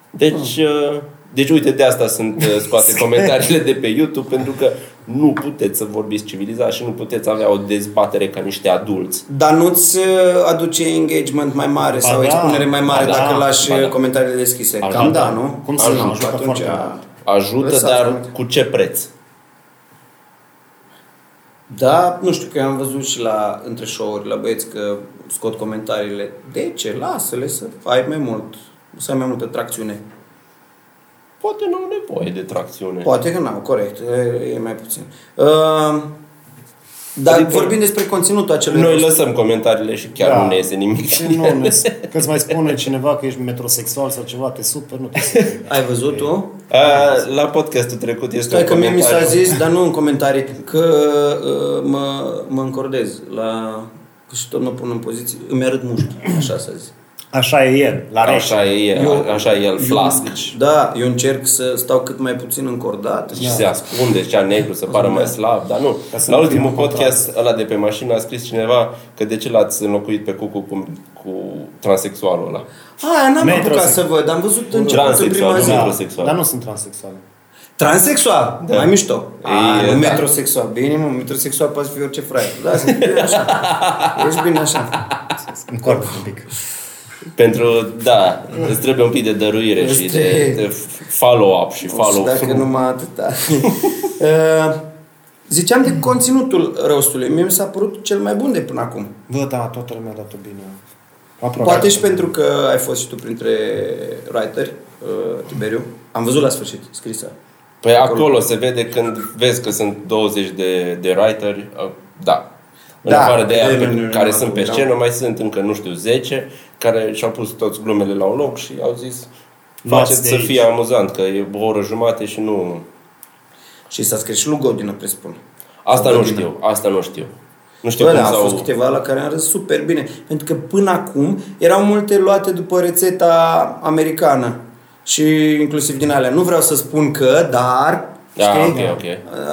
A: Deci,
B: Hmm.
A: uh, deci uite, de asta sunt uh, scoate comentariile de pe YouTube, pentru că nu puteți să vorbiți civilizat și nu puteți avea o dezbatere ca niște adulți.
B: Dar nu-ți uh, aduce engagement mai mare
C: Ba
B: sau
C: da.
B: expunere mai mare
A: Ba da.
B: dacă lași
A: Ba da.
B: uh, comentariile deschise.
A: Ajută.
B: Cam da, nu?
C: Cum să nu?
B: Ajută.
C: Ajută
B: Atunci,
C: foarte mult.
A: Ajută,
B: Lăsați
A: dar
B: oameni.
A: cu ce preț?
B: Da, nu știu, că eu am văzut și la între show-uri, la băieți că scot comentariile. De ce? Lasă-le să ai mai mult, să ai mai multă tracțiune.
A: Poate nu au nevoie de tracțiune.
B: Poate că n-au, corect, e, e mai puțin. Uh, dar
A: Adică-
B: vorbim despre conținutul acelui
A: Noi
B: rost.
A: lăsăm comentariile și chiar
C: Da.
A: nu ne iese nimic.
C: Ce nu, nu, că îți mai spune cineva că ești metrosexual sau ceva, te super, nu te super.
B: Ai văzut tu?
A: A, la podcastul trecut este
B: Stai
A: un
B: că mie mi s-a
A: comentariu.
B: zis, dar nu în comentarii, că uh, mă, mă încordez la... Că și tot mă pun în poziție, îmi arăt mușchi, așa să zic.
C: Așa e el, la reș.
A: Așa e, el, așa e el, flasc.
B: Da, eu încerc să stau cât mai puțin încordat.
A: Și se ascunde, cea negru, să pară mai slab, dar nu.
C: Ca să
A: La
C: nu
A: ultimul
C: fim contrari.
A: podcast, ăla de pe mașină, a scris cineva că de ce l-ați înlocuit pe Cucu cu, cu transexualul ăla.
B: Aia n-am
C: Metrosex-
B: apucat să văd, am văzut începutul
A: Transsexual,
B: prima zi.
A: da.
C: Da,
A: Metrosexual.
C: dar nu sunt transexual.
B: Transexual, da. mai mișto.
A: E,
B: A, nu
A: da.
B: metrosexual, bine mă, metrosexual poate fi orice fraier. Da, sunt bine așa. Ești bine așa.
C: În corp un pic.
A: Pentru, da, îți trebuie un pic de dăruire și de,
B: Este-
A: de follow-up și follow
B: Dacă numai atâta. Uh, Ziceam de conținutul rostului. Mie mi s-a părut cel mai bun de până acum.
C: Bă, da, toată lumea a dat-o bine. Aproape.
B: Poate și pentru că ai fost și tu printre writeri, uh, Tiberiu. Am văzut la sfârșit scrisă.
A: Păi acolo se vede când vezi că sunt 20 de, de writeri, uh, da. În
B: Da,
A: afară de
B: de-
A: aia
B: nu, nu,
A: pe
B: nu,
A: care
B: nu,
A: sunt pe
B: da.
A: scenă, mai sunt încă, nu știu, 10 care și-au pus toți glumele la un loc și au zis
C: Luați de
A: faceți să
C: aici."
A: fie amuzant, că e o oră jumate și nu...
B: Și s-a scris și lui Godină, presupun.
A: Asta nu
B: Bă, bine.
A: știu, asta nu știu. Nu știu
B: Bă,
A: cum
B: da, au
A: s-au...
B: fost câteva la care am râs super bine. Pentru că până acum erau multe luate după rețeta americană. Și inclusiv din alea. Nu vreau să spun că, dar...
A: Da,
B: știi?
A: ok, ok.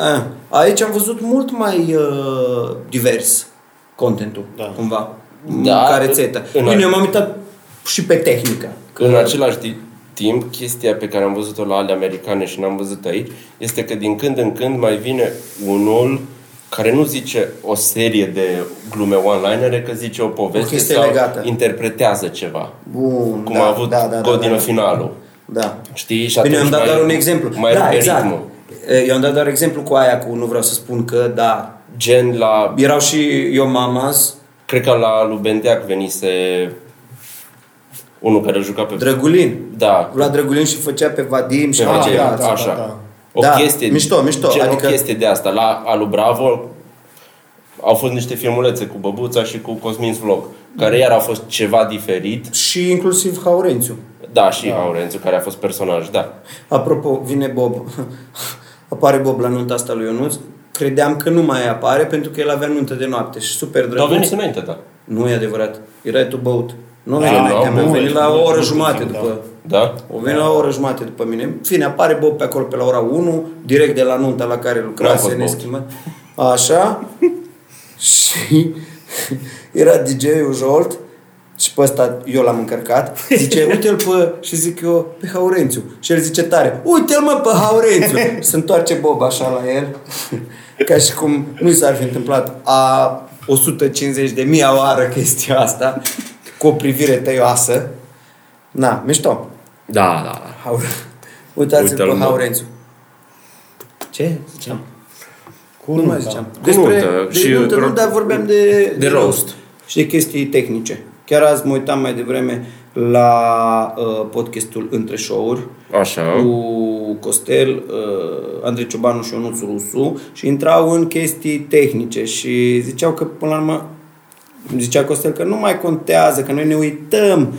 B: A, Aici am văzut mult mai uh, divers contentul,
C: Da.
B: da. cumva.
A: Da,
B: Da, ca rețetă.
A: în-
B: Bine, m-am uitat și pe tehnică.
A: Că în același ti- timp, chestia pe care am văzut-o la ale americane și n-am văzut aici, este că din când în când mai vine unul care nu zice o serie de glume one-linere, că zice o
B: O
A: poveste
B: chestie
A: sau
B: legată.
A: interpretează ceva.
B: Bun,
A: Cum
B: da,
A: a avut
B: da, da,
A: Godină
B: da, da.
A: finalul.
B: Da.
A: Știi? Și
B: Bine, am
A: atunci
B: dat
A: mai-
B: doar un exemplu.
A: Mai
B: da,
A: rupe
B: exact.
A: ritmul.
B: E, Eu am dat doar exemplu cu aia cu nu vreau să spun că, da.
A: Gen la...
B: Erau și eu mamas,
A: Cred că la lui Bendeac venise unul care juca pe...
B: Drăgulin.
A: Da.
B: La Drăgulin și făcea pe Vadim și
A: Ce
B: pe
C: Ah,
A: face
C: da,
B: ceilalți.
C: da,
A: așa.
C: da.
A: O
B: Da,
A: chestie,
B: mișto, mișto,
A: Gen,
B: adică-
A: o chestie de asta. La Alu Bravo au fost niște filmulețe cu Băbuța și cu Cosmin's Vlog, care iar a fost ceva diferit.
B: Și inclusiv Haurențiu.
A: Da, și da. Aurențiu, care a fost personaj, da.
B: Apropo, vine Bob. Apare Bob la nunta asta lui Ionuț. Credeam că nu mai apare pentru că el avea nuntă de noapte și super
A: Dar a
B: drăguț.
A: venit înainte, da.
B: Nu e adevărat. Erai tu băut. Nu
C: Da,
B: veni
A: da,
B: înainte,
A: mult,
B: am venit la o
C: mult,
B: oră
C: mult,
B: jumate
C: mult,
B: după.
A: Da?
B: O veni la o oră jumate după mine. În fine, apare Bob pe acolo pe la ora 1, direct de la nunta la care
A: N-am fost
B: lucrase, ne
A: Bob.
B: schimbă. Așa. și era DJ-ul Jolt și pe ăsta eu l-am încărcat. Zice, uite-l pe, și zic eu, pe Haurențiu. Și el zice tare, uite-l mă pe Haurențiu. Se întoarce Bob așa la el, ca și cum nu i s-ar fi întâmplat a 150 de mii oară chestia asta, cu o privire tăioasă. Na, mișto.
D: Da, da, da.
B: Haure... Uitați-l
D: Uite-l,
B: pe
D: mă.
B: Haurențiu. Ce? Ziceam.
C: Cu da.
B: Nu
C: nunta.
B: mai ziceam.
D: nuntă
B: de
D: și-
B: nuntă, nu, dar vorbeam de,
D: de roast.
B: Și de chestii tehnice. Chiar azi mă uitam mai devreme la uh, podcastul Între Show-uri
D: Așa.
B: cu Costel, uh, Andrei Ciobanu și Ionuț Rusu și intrau în chestii tehnice și ziceau că până la urmă zicea Costel că nu mai contează, că noi ne uităm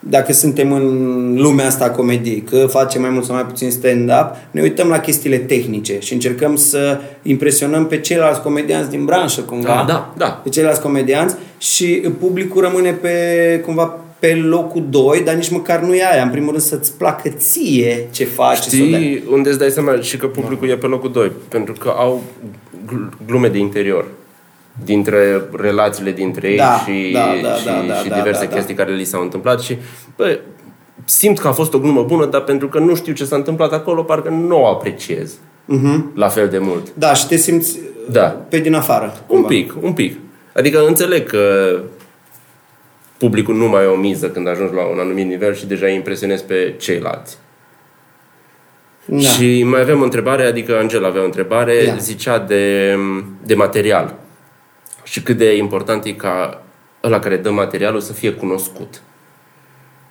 B: dacă suntem în lumea asta a comediei, că facem mai mult sau mai puțin stand-up, ne uităm la chestiile tehnice și încercăm să impresionăm pe ceilalți comedianți din branșă cumva
D: Da, da, da.
B: pe ceilalți comedianți și publicul rămâne pe cumva pe locul 2, dar nici măcar nu e aia. În primul rând să-ți placă ție ce faci. și să o dai. Da.
A: Știi unde îți dai seama și că publicul e pe locul 2? Pentru că au gl- glume de interior dintre relațiile dintre ei
B: Da,
A: și,
B: da, da,
A: și,
B: da, da,
A: și
B: da,
A: diverse
B: da, da.
A: chestii care li s-au întâmplat și bă, simt că a fost o glumă bună, dar pentru că nu știu ce s-a întâmplat acolo, parcă nu o apreciez
B: Mhm.
A: uh-huh. la fel de mult.
B: Da, și te simți
A: Da.
B: pe din afară.
A: Un pic, un pic. Adică înțeleg că publicul nu mai e o miză când ajungi la un anumit nivel și deja îi impresionezi pe ceilalți.
B: Da.
A: Și mai avem o întrebare, adică Angela avea o întrebare,
B: Ia.
A: zicea de, de material și cât de important e ca ăla care dă materialul să fie cunoscut.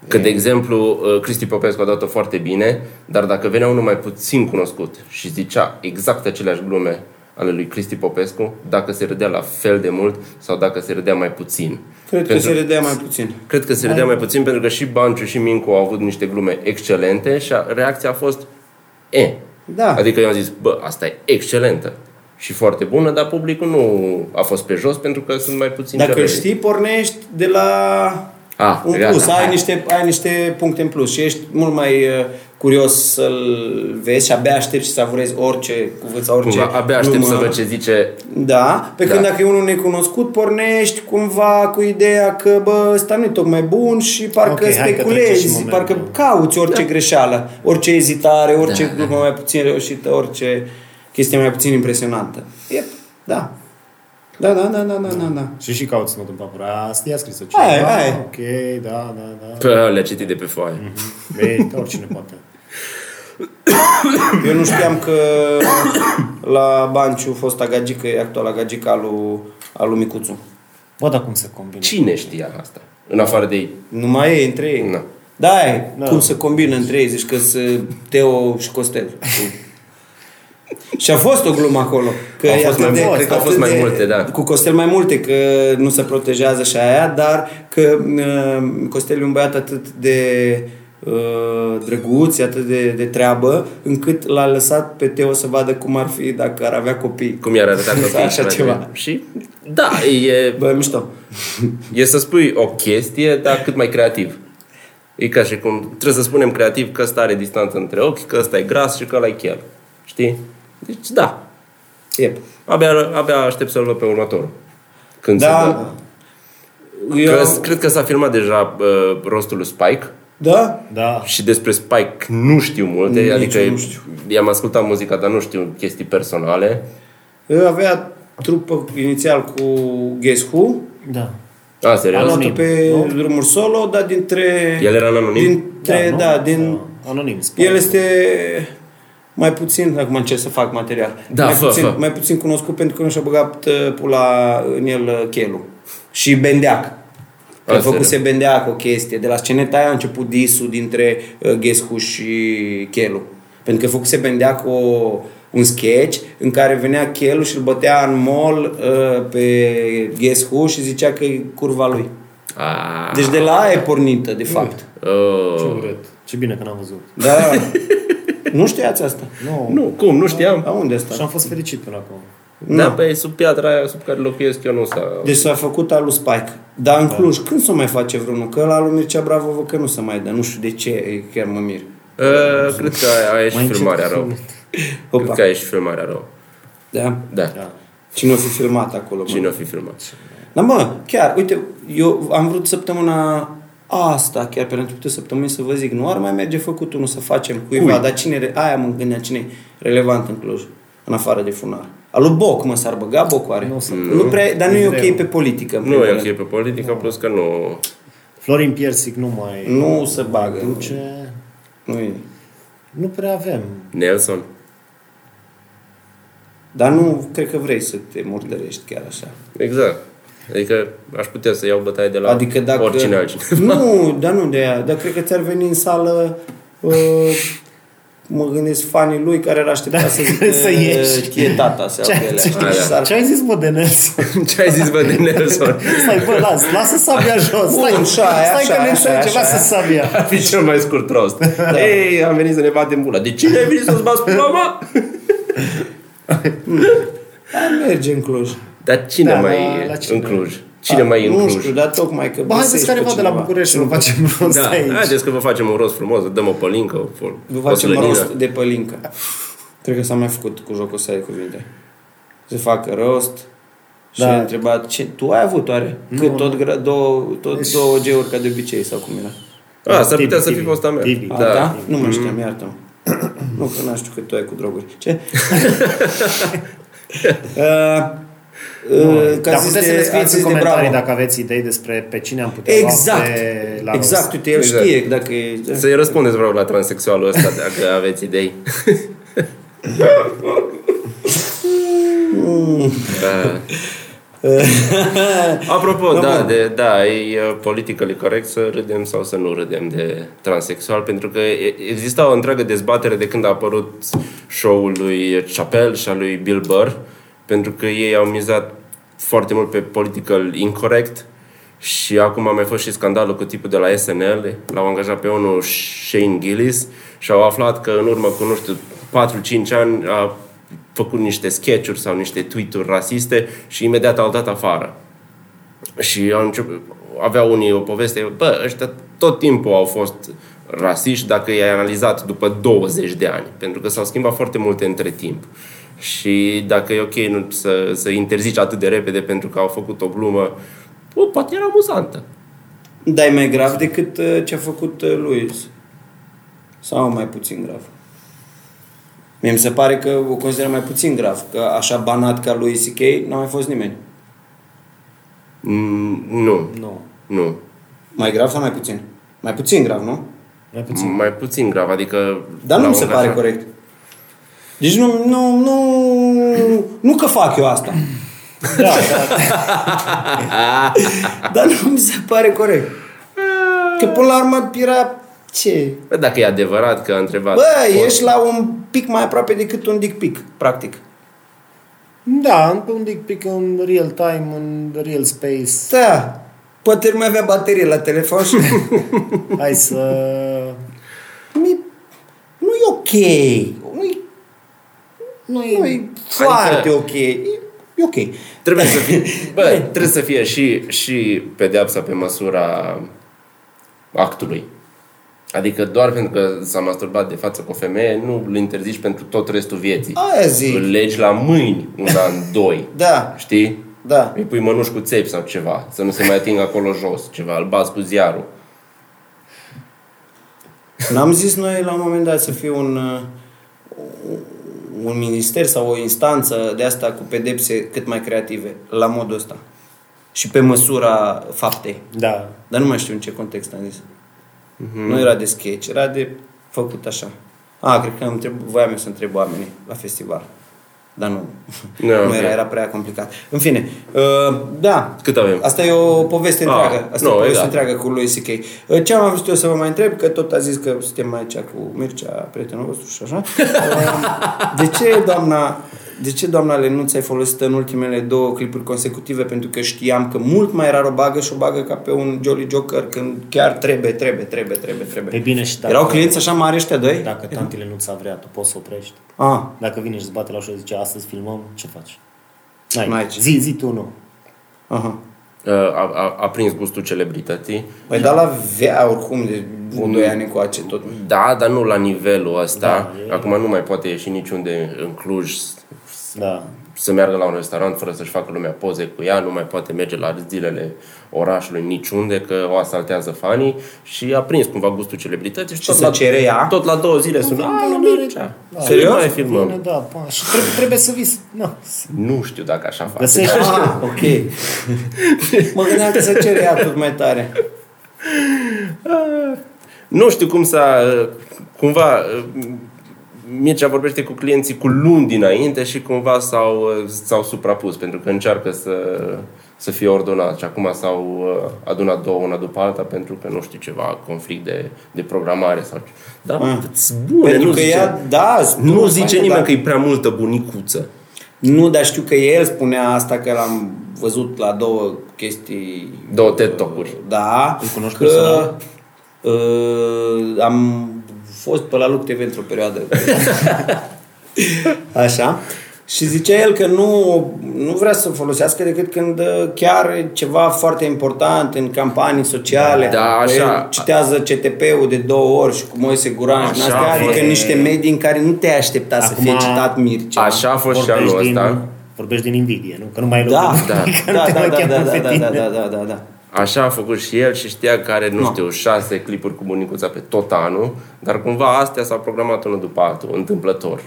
A: Că, de exemplu, uh, Cristi Popescu a dat-o foarte bine, dar dacă venea unul mai puțin cunoscut și zicea exact aceleași glume ale lui Cristi Popescu, dacă se râdea la fel de mult sau dacă se râdea mai puțin.
B: Cred că
A: Pentru-
B: se redea mai puțin.
A: Cred că se râdea mai puțin pentru că și Banciu și Mincu au avut niște glume excelente și a, reacția a fost e.
B: Da.
A: Adică eu am zis, bă, asta e excelentă și foarte bună, dar publicul nu a fost pe jos pentru că sunt mai puțin
B: Dacă îl
A: cererii.
B: știi, pornești de la
A: Ah,
B: un
A: gata,
B: plus, ai
A: hai.
B: niște, ai niște puncte în plus și ești mult mai uh, curios să-l vezi și abia aștepți să savurezi orice cuvânt sau orice
A: Cumva, abia aștept
B: glumă.
A: să văd ce zice
B: Da, pe
A: Da.
B: când dacă e unul necunoscut, pornești cumva cu ideea că, bă, ăsta nu e tocmai bun și parcă
C: Ok,
B: okay,
C: hai că trece și
B: speculezi,
C: momentul.
B: parcă cauți orice da. greșeală, orice ezitare, orice da, glumă mai puțin reușită, orice chestie mai puțin impresionantă. Yep, da. Da, da, da, da, da, da, da.
C: Și și cauți notul în papură. Asta i-a scris-o
B: Hai,
C: cineva.
B: hai.
C: Ok, da, da, da.
A: că le-a citit de pe foaie.
C: Ei, oricine poate.
B: Eu nu știam că la Banciu fosta gagică e actuala gagică al lui, al lui Micuțu.
C: Bă, dar cum se combină?
A: Cine știa asta? În afară de ei.
B: Numai ei, între ei.
A: Da.
B: Da, e,
C: Da.
B: cum se combină între ei, zici că se Teo și Costel. și a fost o glumă acolo. Că
A: Au
B: e
A: fost
B: atât
A: mai mult, cred că au fost
B: atât
A: mai
B: de-
A: multe, da.
B: Cu Costel mai multe, că nu se protejează și aia, dar că uh, Costel e un băiat atât de uh, drăguț, e atât de, de treabă, încât l-a lăsat pe Teo să vadă cum ar fi dacă ar avea copii.
A: Cum i-ar arăta copiii
B: Da, Așa
A: și
B: ceva.
A: mai departe. Și da, e,
B: Bă, mișto.
A: e să spui o chestie, dar cât mai creativ. E ca și cum trebuie să spunem creativ că ăsta are distanță între ochi, că ăsta e gras și că ăla e chel. Știi? Deci da,
B: Yep.
A: abia, abia aștept să-l văd pe următorul. Când se dă.
B: Da,
A: Că,
B: eu,
A: Cred că s-a filmat deja uh, rostul lui Spike
B: da,
C: Da.
A: și despre Spike nu știu multe,
B: Nici
A: adică
B: eu nu știu.
A: i-am ascultat muzica, dar nu știu chestii personale.
B: Eu avea trupă inițial cu Guess Who,
C: Da.
A: A,
B: am
A: serios?
B: luat-o pe
C: nu?
B: drumuri solo, dar dintre...
A: El era în anonim?
B: Dintre, da,
C: nu?
B: da din...
C: Da. Anonim. spune.
B: El este mai puțin, acum încerc să fac material,
A: Da,
B: mai,
A: fă,
B: puțin,
A: fă.
B: mai puțin cunoscut pentru că nu și-a băgat uh, pula în el uh, chelu. Și Bendeac. Că
A: A,
B: făcuse Bendeac o chestie. De la sceneta aia a început disul dintre uh, Ghescu și Chelu. Pentru că făcuse Bendeac o, un sketch în care venea Chelu și îl bătea în mall uh, pe Ghescu și zicea că e curva lui.
A: A,
B: Deci de la aia e pornită,
A: Ah.
B: de fapt.
C: Ce
A: oh.
C: urât. Ce bine că n-am văzut.
B: Da. Nu știați asta.
C: Nu.
A: Nu, cum, nu știam.
B: La unde asta?
C: Și am fost fericit până acum.
A: Da, pe sub piatra aia sub care locuiesc eu nu s-a...
B: Deci s-a făcut al lui Spike. Dar
A: Da.
B: în Cluj, când s-o mai face vreunul? Că la lui Mircea Bravo văd că nu se mai dă. Nu știu de ce, e- chiar mă mir.
A: Uh, cred că aia- aia e și
C: încet
A: filmarea
C: cu
A: rău. Cred
B: Opa.
A: că aia e și filmarea rău.
B: Da?
A: Da,
C: Da.
B: Cine o fi filmat acolo? Mă?
A: cine o fi filmat.
B: Dar mă, chiar, uite, eu am vrut săptămâna asta, chiar pe la începutul săptămânii să vă zic, nu ar mai merge făcut unul să facem cuiva, Ui. dar cine, re- aia mă gândeam, cine e relevant în Cluj, în afară de funar. Al lui Boc, mă, s-ar băga Boc, oare?
C: Nu se
B: Nu prea, dar nu e
C: Greu.
B: ok pe politică. în
A: Nu
B: primul
A: e
B: rând.
A: ok pe
B: Da.
A: politică, plus că nu...
C: Florin Piersic nu mai
B: Nu se bagă.
C: duce.
B: Nu e.
C: Nu prea avem.
A: Nelson.
B: Dar nu cred că vrei să te murdărești chiar așa.
A: Exact. Adică aș putea să iau bătaie de la
B: adică dacă...
A: oricine altcineva.
B: Nu, dar nu de aia. Dar cred că ți-ar veni în sală... Uh, mă gândesc fanii lui care ar aștepta
C: Da,
B: să zică
C: să ieși.
B: e tata sau
C: Ce,
B: pe alea.
C: ce,
B: Și s-ar-
C: ce ai zis, bă, de Nelson?
A: Ce ai zis, bă, de Nelson?
C: Stai, bă, las, lasă sabia jos. Stai,
B: Bun, și aia,
C: stai
B: și
C: că
B: aia,
C: ne
B: și aia,
C: înțelege
B: și aia.
C: lasă sabia.
A: Ar fi cel mai scurt rost. Ei, am venit să ne batem bula. De cine ai venit să-ți bați pula, mă?
B: Da, merge în Cluj.
A: Dar cine
C: Da,
A: mai
C: la-
A: e
C: la cine?
A: în Cluj? Cine
B: A,
A: mai e în
B: Ah, Nu
A: Cluj?
B: știu, dar tocmai că
C: Bă, haideți
B: găsești
C: careva
B: pe
C: de la
B: cineva.
C: București, nu facem rost
A: Da,
C: aici.
A: haideți că vă facem un rost frumos, dăm o pălincă, o, o,
B: Vă
A: o
B: facem
A: slănină.
B: rost de pălincă. Cred că s-a mai făcut cu jocul ăsta de cuvinte. Se facă rost. Și
C: Da.
B: da. întrebat, ce, tu ai avut oare? Că tot, gra, două, tot
C: Deci-
B: două G-uri ca de obicei sau cum era.
A: A, Ah, s-ar putea
C: Tibi,
A: să fi
C: Tibi,
A: fost a mea.
C: Tibi.
B: A,
A: Da.
B: da? Nu mă știam, iartă Nu, că n-am știut că tu ai cu droguri. Ce? uh, uh,
C: Dar
B: zis
C: puteți
B: de-
C: să ne
B: a zis
C: scrieți în
B: de
C: comentarii
B: Bravo.
C: dacă aveți idei despre pe cine am putea lua
B: Exact.
C: pe la
B: Exact,
C: rost.
B: uite, el
A: Exact.
B: știe dacă e...
A: Să-i răspundeți vreau la transexualul ăsta dacă aveți idei. da. Apropo, da, de, da, e uh, politically corect să râdem sau să nu râdem de transexual, pentru că e- exista o întreagă dezbatere de când a apărut show-ul lui Chappelle și al lui Bill Burr, pentru că ei au mizat foarte mult pe political incorrect și acum a mai fost și scandalul cu tipul de la SNL, l-au angajat pe unul Shane Gillis și au aflat că în urmă cu, nu știu, 4-5 ani a făcut niște sketch-uri sau niște tweet-uri rasiste și imediat au dat afară. Și au început, aveau unii o poveste, bă, ăștia tot timpul au fost rasiști dacă i-ai analizat după 20 de ani, pentru că s-au schimbat foarte multe între timp. Și dacă e ok nu, să, să interzici atât de repede pentru că au făcut o glumă, bă, poate era amuzantă.
B: Dar e mai grav decât uh, ce a făcut uh, Luis. Sau mai puțin grav? Mie mi se pare că o consideră mai puțin grav, că așa banat ca lui C.K. n-a mai fost nimeni.
A: Mm, nu,
C: Nu.
A: nu.
B: Mai grav sau mai puțin? Mai puțin grav, nu?
C: Mai puțin.
A: Puțin. Mai puțin grav, adică...
B: Dar nu
A: l-au
B: mi se pare
A: angajat.
B: corect. Deci nu, nu, nu, nu că fac eu asta.
C: Da, da.
B: Dar nu mi se pare corect. Că până la urmă era ce?
A: Bă, Dacă e adevărat că a întrebat...
B: Bă, ești la un pic mai aproape decât un dick pic, practic.
C: da, pe un dick pic în real time, în real space.
B: Da, poate nu mai avea baterie la telefon și...
C: Hai să...
B: Mi... Nu e ok. Nu e,
C: Nu
B: nu
C: e...
B: e foarte
A: Adică-
B: ok. E, e ok.
A: Trebuie să fie, bă, trebuie să fie și, și pedeapsa pe măsura actului. Adică doar pentru că s-a masturbat de față cu o femeie, nu îl interzici pentru tot restul vieții.
B: Aia zic.
A: Îl legi la mâini un an, doi.
B: Da,
A: Știi?
B: da.
A: Îi pui mănuși cu țepi sau ceva, să nu se mai atingă acolo jos ceva, îl bați cu ziarul.
B: N-am zis noi la un moment dat să fie un, uh, un minister sau o instanță de asta cu pedepse cât mai creative, la modul ăsta. Și pe măsura faptei.
C: Da.
B: Dar nu mai știu în ce context am zis.
A: Mhm.
B: Mm-hmm. Nu era de sketch, era de făcut așa. A, cred că am întreb, voiam eu să întreb oamenii la festival. Dar nu,
A: Da,
B: nu
A: ok.
B: era, era prea complicat. În fine, uh, da.
A: Cât avem?
B: Asta e o poveste
A: Ah,
B: întreagă. Asta e
A: nu, exact.
B: o poveste
A: e gata.
B: întreagă cu lui C.K. Uh, Ce am vrut eu să vă mai întreb, că tot a zis că suntem aici cu Mircea, prietenul vostru și așa. Uh, De ce, doamna, de ce, doamna Lenuț, ai folosit în ultimele două clipuri consecutive? Pentru că știam că mult mai rar o bagă și o bagă ca pe un Jolly Joker când chiar trebuie, trebuie, trebuie, trebuie, trebuie.
C: E bine și dacă-
B: Erau clienți așa mari ăștia doi?
C: Păi Dacă tantile nu ți-a vrea, tu poți să oprești.
B: Ah,
C: Dacă vine și îți bate la ușă și zice astăzi filmăm, ce faci? N-ai.
B: N-ai ce.
C: Zi, zi tu nu.
B: aha.
A: A, a, a prins gustul celebrității.
B: Păi da la vea oricum de 2 ani încoace tot.
A: Da, dar nu la nivelul ăsta. Acum nu mai poate ieși niciunde în Cluj
C: Da.
A: să meargă la un restaurant fără să-și facă lumea poze cu ea, nu mai poate merge la zilele orașului niciunde, că o asaltează fanii și a prins cumva gustul celebrității și,
B: Și să cere ea?
A: tot la două zile sună, a, la Mircea,
C: Da.
A: serios? Nu mai
C: Bine,
A: filmăm.
C: da, pa. Și trebuie, trebuie să vii. Nu.
A: Nu știu dacă așa face.
C: Găsești.
B: Ah, ok. mă gândeam că se cere ea tot mai tare.
A: Nu știu cum s-a... uh, Cumva... uh, Mircea vorbește cu clienții cu luni dinainte și cumva s-au, uh, s-au suprapus pentru că încearcă să, să fie ordonat și acum s-au uh, adunat două una după alta pentru că nu știu ceva, conflict de, de programare sau ce. Da, bune,
B: Ah. Pentru
A: nu
B: că
A: zice,
B: ea, da,
A: nu zice nimeni
B: dar,
A: că e prea multă bunicuță.
B: Nu, dar știu că el spunea asta că l-am văzut la două chestii.
A: Două TED Talk-uri.
B: Da.
C: Îl cunoști
B: că,
C: personal?
B: Uh, am fost pe la Luc TV într-o perioadă. Așa. Și zicea el că nu, nu vrea să folosească decât când uh, chiar e ceva foarte important în campanii sociale.
A: Da, așa.
B: El Citează CTP-ul de două ori și cu Moise Guran și din
A: Așa
B: astea,
A: a fost.
B: adică niște medii în care nu te-ai aștepta să
C: Acum-
B: fie citat Mircea.
A: Așa a fost și
C: Vorbești
A: anul
C: din-
A: ăsta.
C: Vorbești din invidie, nu? Că nu mai e loc
B: Da,
C: de-
B: da,
C: că nu
B: da,
C: te
B: da,
C: mai
B: da,
C: cheamă
B: da, da,
C: pe
B: da,
C: tine.
B: da, da, da, da, da.
A: Așa a făcut și el și știa că are, nu no. știu, șase clipuri cu bunicuța pe tot anul, dar cumva astea s-au programat unul după altul, întâmplător.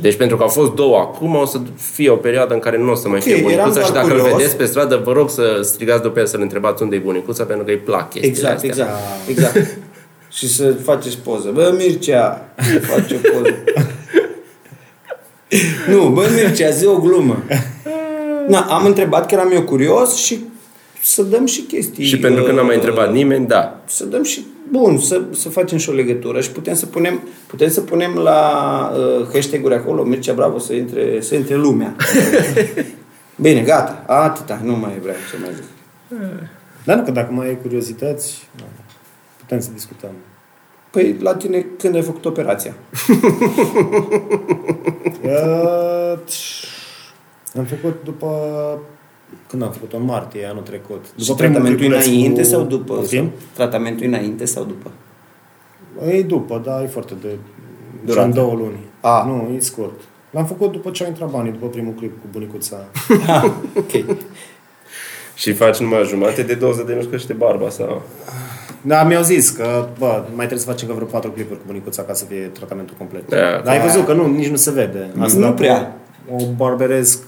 A: Deci pentru că au fost două acum, o să fie o perioadă în care nu o să mai
B: Ok,
A: fie
B: eram
A: bunicuța
B: doar
A: și dacă îl
B: curios.
A: vedeți pe stradă, vă rog să strigați după el să-l întrebați unde e bunicuța, pentru că îi plac chestiile
B: Exact,
A: astea.
B: exact, exact. și să faceți poză. Bă, Mircea, face o poză. nu, bă, Mircea, zi o glumă. Na, am întrebat că eram eu curios și să dăm și chestii. uh,
A: Și pentru că n-a mai întrebat nimeni, da.
B: Să dăm și Bun, să, să facem și o legătură și putem să punem, putem să punem la uh, hashtag-uri acolo, Mircea Bravo, să intre, să intre lumea. Bine, gata, atâta, nu mai vreau să mai zic. da.
C: Dar nu, că dacă mai ai curiozități, da, putem să discutăm.
B: Păi, la tine când ai făcut operația?
C: Uh, am făcut după... Când am făcut-o? În martie, anul trecut. După
B: După
C: primul
B: tratamentul
C: clipuleț
B: înainte
C: cu-
B: sau după?
C: Poftim?
B: Tratamentul înainte sau după?
C: E după, da, e foarte de...
B: Durată.
C: Durată. în două luni.
B: A.
C: Nu, e scurt. L-am făcut după ce au intrat banii, după primul clip cu bunicuța.
B: ok.
A: Și faci numai jumate de doză de nu știu că și barba sau...
C: Da, mi-au zis că, bă, mai trebuie să facem că vreo patru clipuri cu bunicuța ca să fie tratamentul complet.
A: Da,
C: Dar ai văzut că nu, nici nu se vede.
B: Nu
C: dacă
B: prea.
C: O barberesc.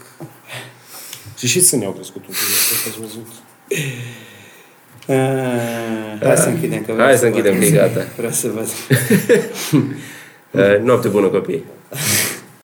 C: Și și sânii au crescut un pic, asta ați văzut.
B: Hai să închidem. Că vreau
A: Hai să închidem,
B: văd.
A: că e gata.
B: Vreau să văd.
A: Uh, Noapte bună, Eh, copii!